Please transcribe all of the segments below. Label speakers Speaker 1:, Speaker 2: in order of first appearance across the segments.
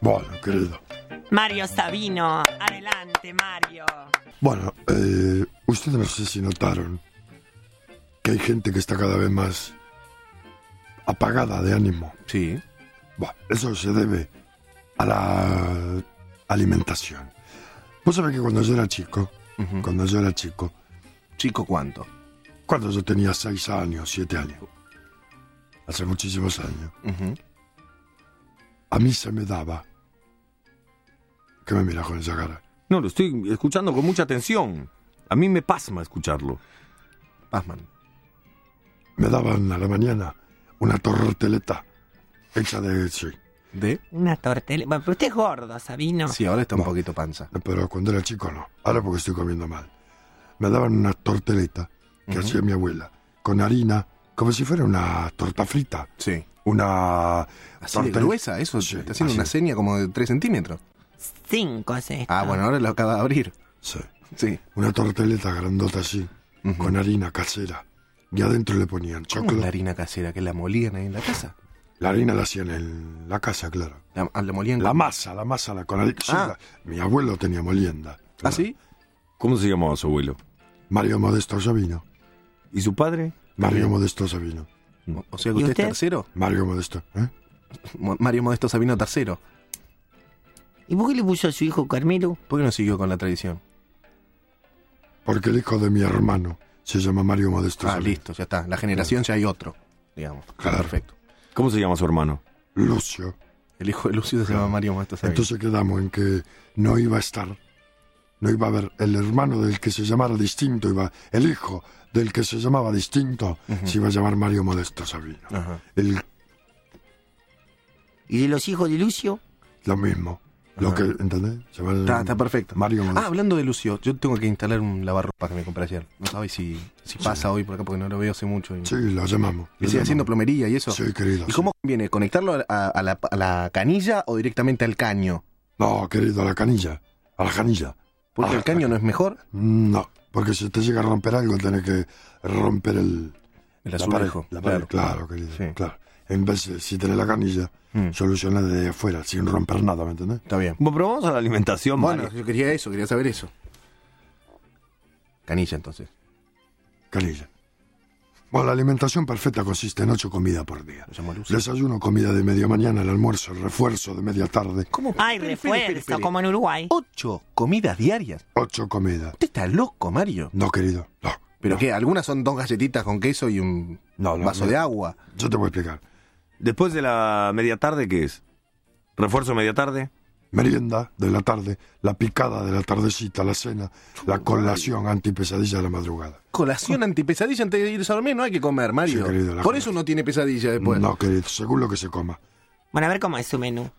Speaker 1: Bueno, querido.
Speaker 2: Mario Sabino, adelante, Mario.
Speaker 1: Bueno, eh, ustedes no sé si notaron que hay gente que está cada vez más apagada de ánimo.
Speaker 3: Sí.
Speaker 1: Bueno, eso se debe a la alimentación. Vos sabés que cuando yo era chico,
Speaker 3: Ujú.
Speaker 1: cuando yo era chico,
Speaker 3: ¿Chico cuánto?
Speaker 1: cuando yo tenía seis años, siete años, hace muchísimos años,
Speaker 3: Ujú.
Speaker 1: a mí se me daba... ¿Qué me miras con esa cara?
Speaker 3: No, lo estoy escuchando con mucha atención. A mí me pasma escucharlo. Pasman.
Speaker 1: Me daban a la mañana una torteleta hecha de... Sí,
Speaker 3: ¿De?
Speaker 2: Una tortela. Bueno, pero usted es gordo,
Speaker 4: Ah.
Speaker 2: Sabino.
Speaker 3: Sí, ahora está un poquito panza.
Speaker 1: Eh, pero cuando era chico no. Ahora porque estoy comiendo mal. Me daban una torteleta que hacía mi abuela con harina, como si fuera una torta frita.
Speaker 3: Sí.
Speaker 1: Una
Speaker 3: Así de
Speaker 1: torta-
Speaker 3: gruesa, eso.
Speaker 1: Sí,
Speaker 3: está haciendo
Speaker 1: así.
Speaker 3: una seña como de 3 centímetros.
Speaker 2: Cinco es esto.
Speaker 3: Ah, bueno, ahora lo acaba de abrir.
Speaker 1: Sí.
Speaker 3: Sí.
Speaker 1: Una torteleta grandota así,
Speaker 3: Ujú.
Speaker 1: con harina casera. Y adentro le ponían
Speaker 3: ¿Cómo es la
Speaker 1: chocolate.
Speaker 3: harina casera que la molían ahí en la casa?
Speaker 1: La harina la hacían en la casa, claro.
Speaker 3: La, ah, la molían.
Speaker 1: La masa, la masa, la con harina. Sí,
Speaker 3: Ah.
Speaker 1: la- Mi abuelo tenía molienda.
Speaker 3: ¿Ah, sí?
Speaker 4: ¿Cómo se llamaba su abuelo?
Speaker 1: Mario Modesto Sabino.
Speaker 4: ¿Y su padre?
Speaker 1: Mario Modesto Sabino.
Speaker 3: O- O sea
Speaker 2: ¿Y
Speaker 3: que usted,
Speaker 2: usted?
Speaker 3: es tercero.
Speaker 1: Mario Modesto. ¿eh?
Speaker 3: Mo- Mario Modesto Sabino tercero.
Speaker 2: ¿Y por qué le puso a su hijo Carmelo?
Speaker 3: ¿Por qué no siguió con la tradición?
Speaker 1: Porque el hijo de mi hermano se llama Mario Modesto
Speaker 3: Ah,
Speaker 1: Sabino.
Speaker 3: listo, ya está. La generación ya hay otro, digamos.
Speaker 1: Claro.
Speaker 3: Perfecto.
Speaker 4: ¿Cómo se llama su hermano?
Speaker 1: Lucio.
Speaker 3: El hijo de Lucio se llama Mario Modesto Sabino.
Speaker 1: Entonces quedamos en que no iba a estar, no iba a haber el hermano del que se llamara distinto, iba el hijo del que se llamaba distinto, se iba a llamar Mario Modesto Sabino.
Speaker 3: Ajá.
Speaker 1: El-
Speaker 2: ¿Y de los hijos de Lucio?
Speaker 1: lo mismo, lo que, ¿entendés? Se va a
Speaker 3: Ah. Está,
Speaker 1: llamar
Speaker 3: está perfecto.
Speaker 1: Mario
Speaker 3: ah,
Speaker 1: Modesto.
Speaker 3: hablando de Lucio, yo tengo que instalar un lavarropa que me compré ayer. No sabéis si, si pasa hoy por acá porque no lo veo hace mucho. Y,
Speaker 1: sí, lo llamamos.
Speaker 3: ¿Y
Speaker 1: lo
Speaker 3: sigue
Speaker 1: llamamos.
Speaker 3: haciendo plomería y eso?
Speaker 1: Sí, querido.
Speaker 3: ¿Y
Speaker 1: sí.
Speaker 3: cómo conviene? ¿Conectarlo a, a- a la, a la canilla o directamente al caño?
Speaker 1: No, querido, a la canilla, a la canilla.
Speaker 3: Porque
Speaker 1: Ah,
Speaker 3: el caño no es mejor.
Speaker 1: No, porque si te llega a romper algo, tenés que romper el...
Speaker 3: El
Speaker 1: la
Speaker 3: azulejo.
Speaker 1: pared, la pared,
Speaker 3: claro.
Speaker 1: claro, querido,
Speaker 3: Sí.
Speaker 1: claro. En vez de, si tenés la canilla,
Speaker 3: Mm.
Speaker 1: soluciona desde afuera, sin romper nada, ¿me entendés?
Speaker 3: Está bien.
Speaker 4: Bueno, pero vamos a la alimentación,
Speaker 3: Bueno,
Speaker 4: Mario.
Speaker 3: yo quería eso, quería saber eso. Canilla, entonces.
Speaker 1: Canilla. Bueno, la alimentación perfecta consiste en ocho comidas por día.
Speaker 3: Lo llamo Lucio.
Speaker 1: Desayuno, comida de media mañana, el almuerzo, el refuerzo de media tarde.
Speaker 3: ¿Cómo?
Speaker 2: Ay,
Speaker 3: Espere, espere, espere,
Speaker 2: refuerzo,
Speaker 3: espere.
Speaker 2: como en Uruguay.
Speaker 3: ¿Ocho comidas diarias?
Speaker 1: Ocho comidas.
Speaker 3: Usted está loco, Mario.
Speaker 1: No, querido, no.
Speaker 3: ¿Pero
Speaker 1: no.
Speaker 3: qué? Algunas son dos galletitas con queso y un
Speaker 1: No, no,
Speaker 3: vaso
Speaker 1: no.
Speaker 3: de agua.
Speaker 1: Yo te voy a explicar.
Speaker 4: Después de la media tarde, ¿qué es? ¿Refuerzo media tarde?
Speaker 1: Merienda de la tarde, la picada de la tardecita, la cena, la colación antipesadilla de la madrugada.
Speaker 3: Colación antipesadilla antes de irse a dormir no hay que comer,
Speaker 1: Sí,
Speaker 3: Mario.
Speaker 1: querido, la
Speaker 3: Por
Speaker 1: comida.
Speaker 3: eso no tiene pesadilla después.
Speaker 1: No, querido, según lo que se coma.
Speaker 2: Bueno, a ver cómo es su menú.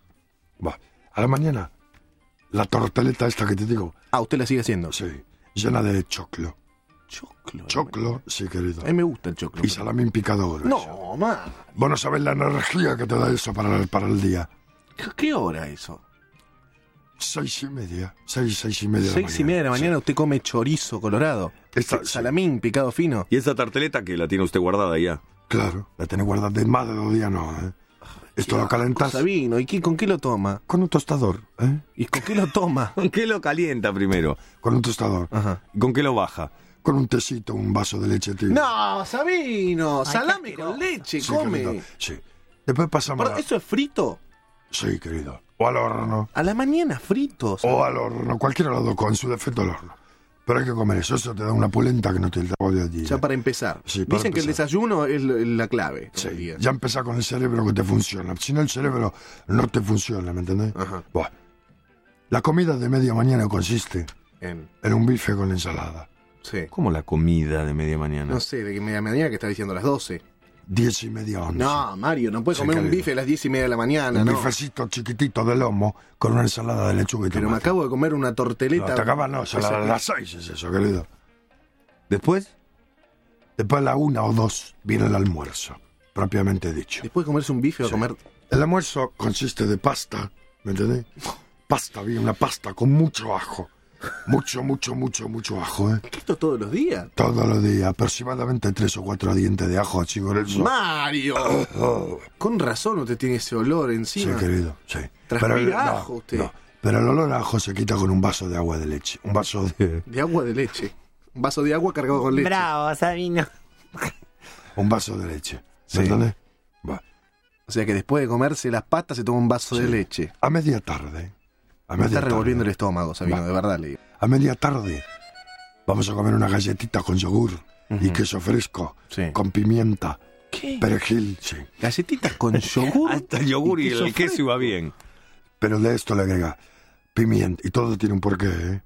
Speaker 1: Va. A la mañana, la torteleta esta que te digo,
Speaker 3: Ah, usted la sigue haciendo.
Speaker 1: sí, llena de choclo.
Speaker 3: Choclo.
Speaker 1: Choclo, sí, querido.
Speaker 3: A mí me gusta el choclo.
Speaker 1: Y salamín picado grueso.
Speaker 3: Em, No, ma.
Speaker 1: Vos no sabés la energía que te da eso para, para el día.
Speaker 3: ¿Qué- ¿Qué hora eso?
Speaker 1: Seis y media. Seis, seis y media. de la Este,
Speaker 3: Seis y media de la mañana usted come chorizo colorado.
Speaker 1: Esta-
Speaker 3: Sa- Salamín picado fino.
Speaker 4: ¿Y esa tarteleta que la tiene usted guardada ya?
Speaker 1: Sí, claro, la tenés guardada de más de dos días, no. ¿eh? Esto lo calentás
Speaker 3: Sabino, ¿y qué- con qué lo toma?
Speaker 1: con un tostador. ¿eh?
Speaker 3: ¿Y con qué lo toma?
Speaker 4: ¿Con qué lo calienta primero?
Speaker 1: Con un tostador.
Speaker 3: Ajá.
Speaker 4: ¿Y ¿Con qué lo baja?
Speaker 1: Con un tecito, un vaso de leche tibia.
Speaker 3: No, Sabino, salame
Speaker 2: qué asqueroso.
Speaker 3: con leche,
Speaker 1: Sí,
Speaker 3: come.
Speaker 1: querido, sí. Después pasamos.
Speaker 3: Perdón,
Speaker 1: a-
Speaker 3: ¿Eso es frito?
Speaker 1: Sí, querido. O al horno.
Speaker 3: A la mañana frito.
Speaker 1: O al horno. Cualquiera de los dos, con su defecto al horno. Pero hay que comer eso. Eso te da una polenta que no te da de allí.
Speaker 3: Ya para empezar.
Speaker 1: Sí, para
Speaker 3: Dicen que el
Speaker 1: empezar.
Speaker 3: desayuno es lo- la clave.
Speaker 1: Sí,
Speaker 3: del día.
Speaker 1: ya empezás con el cerebro que te funciona. Si no, el cerebro no te funciona, ¿me entendés?
Speaker 3: Ajá.
Speaker 1: Buah. La comida de media mañana consiste
Speaker 3: En-
Speaker 1: en un bife con ensalada.
Speaker 3: sí.
Speaker 4: ¿Cómo la comida de media mañana?
Speaker 3: No sé, de qué media mañana que está diciendo las 12.
Speaker 1: Diez y media once.
Speaker 3: No, Mario, no puedes
Speaker 1: Sí,
Speaker 3: comer un
Speaker 1: querido.
Speaker 3: bife a las 10 y media de la mañana.
Speaker 1: un
Speaker 3: no.
Speaker 1: bifecito chiquitito de lomo con una ensalada de lechuga y
Speaker 3: Pero me
Speaker 1: tomate.
Speaker 3: acabo de comer una torteleta.
Speaker 1: No, te acabas, no, son
Speaker 3: Esa-
Speaker 1: las, las seis es eso, querido.
Speaker 4: ¿Después?
Speaker 1: Después a la una o dos viene el almuerzo, propiamente dicho.
Speaker 3: Después de comerse un bife, va a comer.
Speaker 1: El almuerzo consiste de pasta, ¿me entendés? Pasta, bien, una pasta con mucho ajo, Mucho, mucho, mucho, mucho ajo, ¿eh?
Speaker 3: ¿Esto todos los días?
Speaker 1: Todos los días, aproximadamente tres o cuatro dientes de ajo así con el sol.
Speaker 3: ¡Mario!
Speaker 1: Oh,
Speaker 3: Con razón usted tiene ese olor
Speaker 1: sí,
Speaker 3: encima.
Speaker 1: querido, sí.
Speaker 3: Transpira
Speaker 1: el-
Speaker 3: ajo usted.
Speaker 1: pero el olor a ajo se quita con un vaso de agua de leche. Un vaso de,
Speaker 3: de agua de leche. Un vaso de agua cargado con leche.
Speaker 2: Bravo, Sabino.
Speaker 1: un vaso de leche.
Speaker 3: Sí.
Speaker 1: ¿Me entendés? Va.
Speaker 3: O sea que después de comerse las patas se toma un vaso de leche.
Speaker 1: A media tarde. A
Speaker 3: Me
Speaker 1: media
Speaker 3: está
Speaker 1: tarde.
Speaker 3: revolviendo el estómago, Sabino,
Speaker 1: Va.
Speaker 3: de verdad le digo.
Speaker 1: A media tarde vamos a comer una galletita con yogur y
Speaker 3: Ujú.
Speaker 1: queso fresco,
Speaker 3: Sí.
Speaker 1: con pimienta,
Speaker 3: ¿Qué?
Speaker 1: perejil, sí.
Speaker 3: Galletitas con yogur.
Speaker 4: Hasta el yogur y, el
Speaker 3: fresco.
Speaker 4: queso iba bien.
Speaker 1: Pero de esto le agrega pimienta. Y todo tiene un porqué, ¿eh?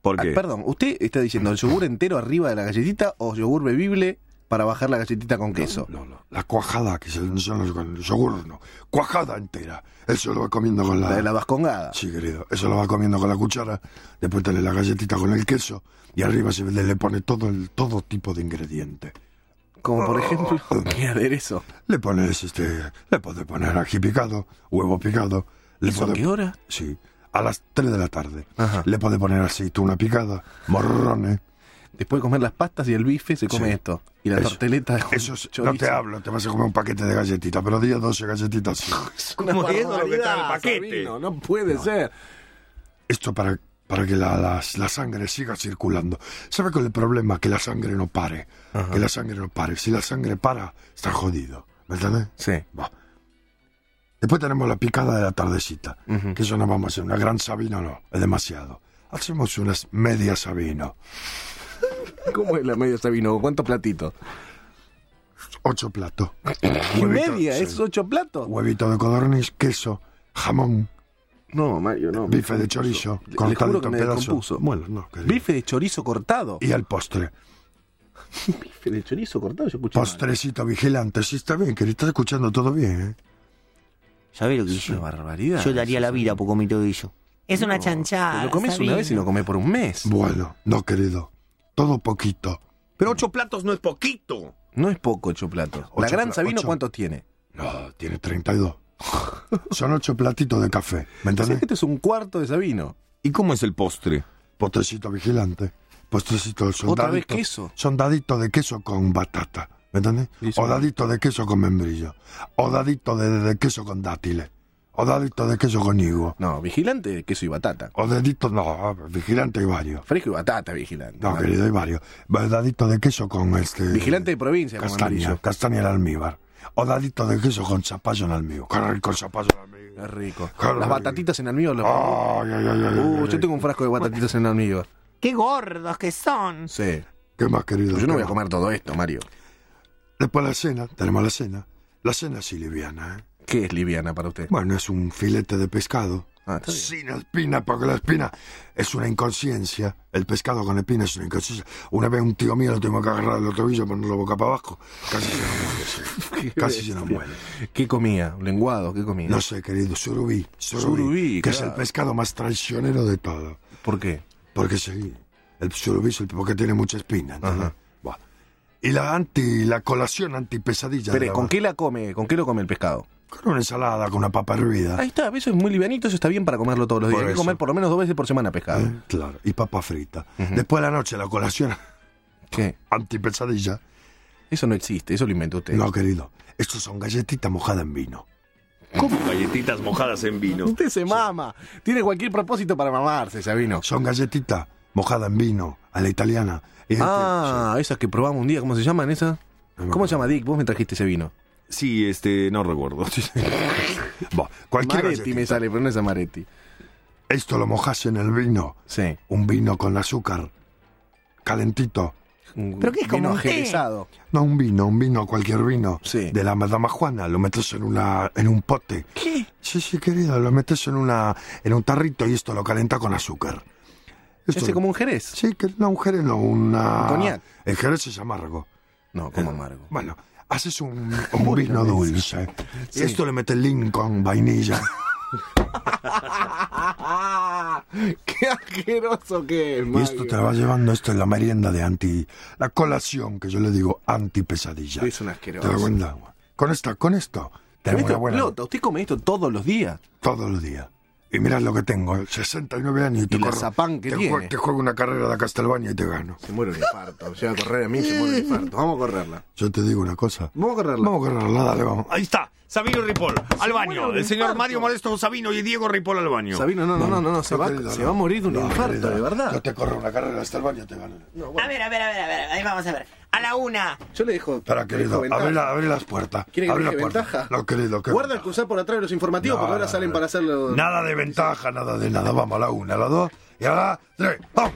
Speaker 4: ¿Por
Speaker 3: Ah,
Speaker 4: qué?
Speaker 3: perdón, ¿usted está diciendo el yogur entero arriba de la galletita o yogur bebible para bajar la galletita con queso?
Speaker 1: No, no. La cuajada, que se- no son los- con el yogur, no. Cuajada entera. Eso lo va comiendo con
Speaker 3: La de la vascongada.
Speaker 1: Sí, querido. Eso lo va comiendo con la cuchara. Después te le la galletita con el queso. Y arriba se le, le pone todo, el, todo tipo de ingrediente.
Speaker 3: Como por ejemplo, ¿qué aderezo?
Speaker 1: Le pones este. Le puedes poner ají picado, huevo picado. Le
Speaker 3: ¿Eso a
Speaker 1: podés-
Speaker 3: qué hora?
Speaker 1: Sí, a las 3 de la tarde.
Speaker 3: Ajá.
Speaker 1: Le puede poner aceituna picada, morrones.
Speaker 3: Después de comer las pastas y el bife se come
Speaker 1: Sí.
Speaker 3: esto. Y la
Speaker 1: Eso-
Speaker 3: torteleta con
Speaker 1: Eso es- no
Speaker 3: chorizo.
Speaker 1: te hablo, te vas a comer un paquete de galletitas, pero 10, 12 galletitas. sí.
Speaker 3: Es
Speaker 4: Como viendo lo que está en el
Speaker 3: barbaridad,
Speaker 4: paquete.
Speaker 3: Sabino, no puede ser.
Speaker 1: Esto para, para que la, la- la sangre siga circulando. ¿Sabe cuál es el problema? Que la sangre no pare. Que la sangre no pare. Si la sangre para, está jodido. ¿Me entendés?
Speaker 3: Sí.
Speaker 1: Va. Después tenemos la picada de la tardecita.
Speaker 3: Ujú.
Speaker 1: Que eso no vamos a hacer. Una gran sabina no, es demasiado. Hacemos unas medias sabino.
Speaker 3: ¿Cómo es la media Sabino? ¿Cuántos platitos?
Speaker 1: Ocho platos.
Speaker 3: ¿Y
Speaker 1: Huevito,
Speaker 3: media?
Speaker 1: sí.
Speaker 3: ¿Es ocho platos?
Speaker 1: Huevito de codorniz, queso, jamón,
Speaker 3: No, Mario, no.
Speaker 1: bife de chorizo,
Speaker 3: Le- le
Speaker 1: cortado
Speaker 3: juro que
Speaker 1: en
Speaker 3: me
Speaker 1: pedazos.
Speaker 3: descompuso.
Speaker 1: Bueno, no, querido.
Speaker 3: Bife de chorizo cortado.
Speaker 1: Y al postre.
Speaker 3: Bife de chorizo cortado, yo escuché.
Speaker 1: Postrecito vigilante. Sí, está bien, querido. Estás escuchando todo bien, ¿eh?
Speaker 2: ¿Sabés lo que
Speaker 3: Es una
Speaker 2: hizo?
Speaker 3: barbaridad.
Speaker 2: Yo daría la vida por comer todo eso. Es una chanchada.
Speaker 3: Te lo comes una
Speaker 2: Sabino.
Speaker 3: vez y lo comés por un mes.
Speaker 1: Bueno, no, querido. Todo poquito.
Speaker 4: Pero ocho platos no es poquito.
Speaker 3: No es poco ocho platos.
Speaker 1: Ocho
Speaker 3: la gran
Speaker 1: pla-
Speaker 3: Sabino,
Speaker 1: ocho.
Speaker 3: ¿cuántos tiene?
Speaker 1: No, tiene 32. Son ocho platitos de café. ¿Me
Speaker 3: O sea,
Speaker 1: entendés?
Speaker 3: este es un cuarto de Sabino.
Speaker 4: ¿Y cómo es el postre?
Speaker 1: Postrecito vigilante. Postrecito de
Speaker 3: Otra vez
Speaker 1: soldadito.
Speaker 3: queso.
Speaker 1: Son daditos de queso con batata. ¿Me entendés?
Speaker 3: Y eso-
Speaker 1: O dadito de queso con membrillo. O dadito de, de queso con dátiles. O dadito de queso con higo.
Speaker 3: No, vigilante, queso y batata.
Speaker 1: O dadito, no, vigilante hay varios.
Speaker 3: Fresco y batata, vigilante.
Speaker 1: No, querido, hay varios. Va, Dadito de queso con este.
Speaker 3: Vigilante de provincia, como
Speaker 1: Castaña,
Speaker 3: amarillo.
Speaker 1: castaña en almíbar. O dadito de queso con zapallo en almíbar. Qué rico el zapallo en almíbar.
Speaker 3: Es rico.
Speaker 1: Claro.
Speaker 3: Las batatitas en almíbar.
Speaker 1: Oh,
Speaker 3: las-
Speaker 1: Ay, ay, ay, ay,
Speaker 3: Uh,
Speaker 1: ay,
Speaker 3: yo
Speaker 1: ay.
Speaker 3: tengo un frasco de batatitas en almíbar.
Speaker 2: Qué gordos que son.
Speaker 3: Sí.
Speaker 1: ¿Qué más, querido?
Speaker 3: Pero yo
Speaker 1: ¿Qué
Speaker 3: no voy a
Speaker 1: más?
Speaker 3: comer todo esto, Mario.
Speaker 1: Después la cena, tenemos la cena. La cena sí liviana, ¿eh?
Speaker 3: ¿Qué es liviana para usted?
Speaker 1: Bueno, es un filete de pescado.
Speaker 3: Ah, está bien.
Speaker 1: Sin espina, porque la espina es una inconsciencia. El pescado con espina es una inconsciencia. Una vez un tío mío lo tuvimos que agarrar del tobillo, ponerlo boca para abajo. Casi se nos muere, sí. Casi se nos muere.
Speaker 3: ¿Qué comía? ¿Lenguado? ¿Qué comía?
Speaker 1: No sé, querido, surubí. Surubí,
Speaker 3: Surubí,
Speaker 1: que
Speaker 3: claro.
Speaker 1: es el pescado más traicionero de todo.
Speaker 3: ¿Por qué?
Speaker 1: Porque sí, el surubí es el porque tiene mucha espina. ¿entendés?
Speaker 3: Ajá.
Speaker 1: Buah. Y la anti, la colación antipesadilla. de
Speaker 3: Espere,
Speaker 1: la-
Speaker 3: ¿con qué la come? ¿Con qué lo come el pescado?
Speaker 1: Con una ensalada, con una papa hervida.
Speaker 3: Ahí está, eso es muy livianito, eso está bien para comerlo todos los
Speaker 1: Ah.
Speaker 3: días.
Speaker 1: Por
Speaker 3: Hay que
Speaker 1: eso.
Speaker 3: comer por lo menos dos veces por semana pescado.
Speaker 1: ¿eh? Claro, y papa frita. Después de la noche, la colación
Speaker 3: ¿Qué?
Speaker 1: antipesadilla.
Speaker 3: Eso no existe, eso lo inventó usted.
Speaker 1: No, querido, estos son galletitas mojadas en vino.
Speaker 4: ¿Cómo galletitas mojadas en vino?
Speaker 3: Usted se mama. Tiene cualquier propósito para mamarse, Sabino.
Speaker 1: Son galletitas mojadas en vino, a la italiana. Y este-
Speaker 3: Ah, esas que probamos un día, ¿cómo se llaman esas?
Speaker 1: No me
Speaker 3: ¿Cómo se llama Dick? Vos me trajiste ese vino.
Speaker 4: Sí, este, no recuerdo.
Speaker 1: sí. Buah, cualquier
Speaker 3: Maretti me
Speaker 1: galletita.
Speaker 3: sale, pero no es Amaretti.
Speaker 1: Esto lo mojas en el vino.
Speaker 3: Sí.
Speaker 1: un vino con azúcar, calentito.
Speaker 2: Pero que es como
Speaker 3: vino
Speaker 2: un té.
Speaker 3: ajerezado.
Speaker 1: No un vino, un vino, cualquier vino.
Speaker 3: Sí.
Speaker 1: De la Madama Juana, lo metes en una en un pote.
Speaker 2: ¿Qué?
Speaker 1: Sí, sí, querido, lo metes en una en un tarrito y esto lo calenta con azúcar.
Speaker 3: Ese
Speaker 1: Esto-
Speaker 3: como un jerez.
Speaker 1: Sí, que no un jerez, no una
Speaker 3: Un coñac.
Speaker 1: El jerez es amargo.
Speaker 3: No, como amargo.
Speaker 1: Bueno, haces un, un vino dulce. Y esto le metes Lincoln, vainilla.
Speaker 3: ¡Qué asqueroso que es,
Speaker 1: y esto te lo va llevando, esto es la merienda de anti. La colación, que yo le digo, anti pesadilla.
Speaker 3: Es un
Speaker 1: Te das
Speaker 3: asqueroso.
Speaker 1: cuenta. Con esto, con esto.
Speaker 3: Pero
Speaker 1: Tenemos
Speaker 3: esto
Speaker 1: una buena.
Speaker 3: explota. Usted come esto todos los días.
Speaker 1: Todos los días. Y mirá lo que tengo, 69 años y te,
Speaker 3: Y la
Speaker 1: corro-
Speaker 3: zapán que
Speaker 1: te,
Speaker 3: tiene.
Speaker 1: jue- te juego una carrera de Castelbaña y te gano.
Speaker 3: Se muere un infarto. Llega a correr a mí, se muere un infarto. Vamos a correrla.
Speaker 1: Yo te digo una cosa.
Speaker 3: Vamos a correrla.
Speaker 1: Vamos a correrla, dale, vamos.
Speaker 4: Ahí está, Sabino Ripoll, al baño. El señor Mario Modesto Sabino y Diego Ripoll al baño.
Speaker 3: Sabino, no, no, no, no, no, se, va,
Speaker 1: querido,
Speaker 3: se
Speaker 1: no.
Speaker 3: va a morir de un
Speaker 1: No,
Speaker 3: infarto,
Speaker 1: querido,
Speaker 3: de
Speaker 1: Yo
Speaker 3: verdad.
Speaker 1: te corro una carrera de Castelbaña y te gano.
Speaker 2: A ver, a ver, a ver, a ver, ahí vamos a ver. A la una.
Speaker 3: Yo le dejo.
Speaker 1: Para,
Speaker 3: le dejo
Speaker 1: querido,
Speaker 3: ventaja.
Speaker 1: abre, la- abre las puertas.
Speaker 3: ¿Quiere que
Speaker 1: abre
Speaker 3: le
Speaker 1: las
Speaker 3: deje
Speaker 1: puertas.
Speaker 3: ventaja?
Speaker 1: No, querido, que
Speaker 3: Guarda el cruzar por atrás de los informativos porque ahora salen para hacerlo.
Speaker 1: Nada de ventaja, nada de nada. Vamos a la una, a la dos y a la tres. ¡Vamos!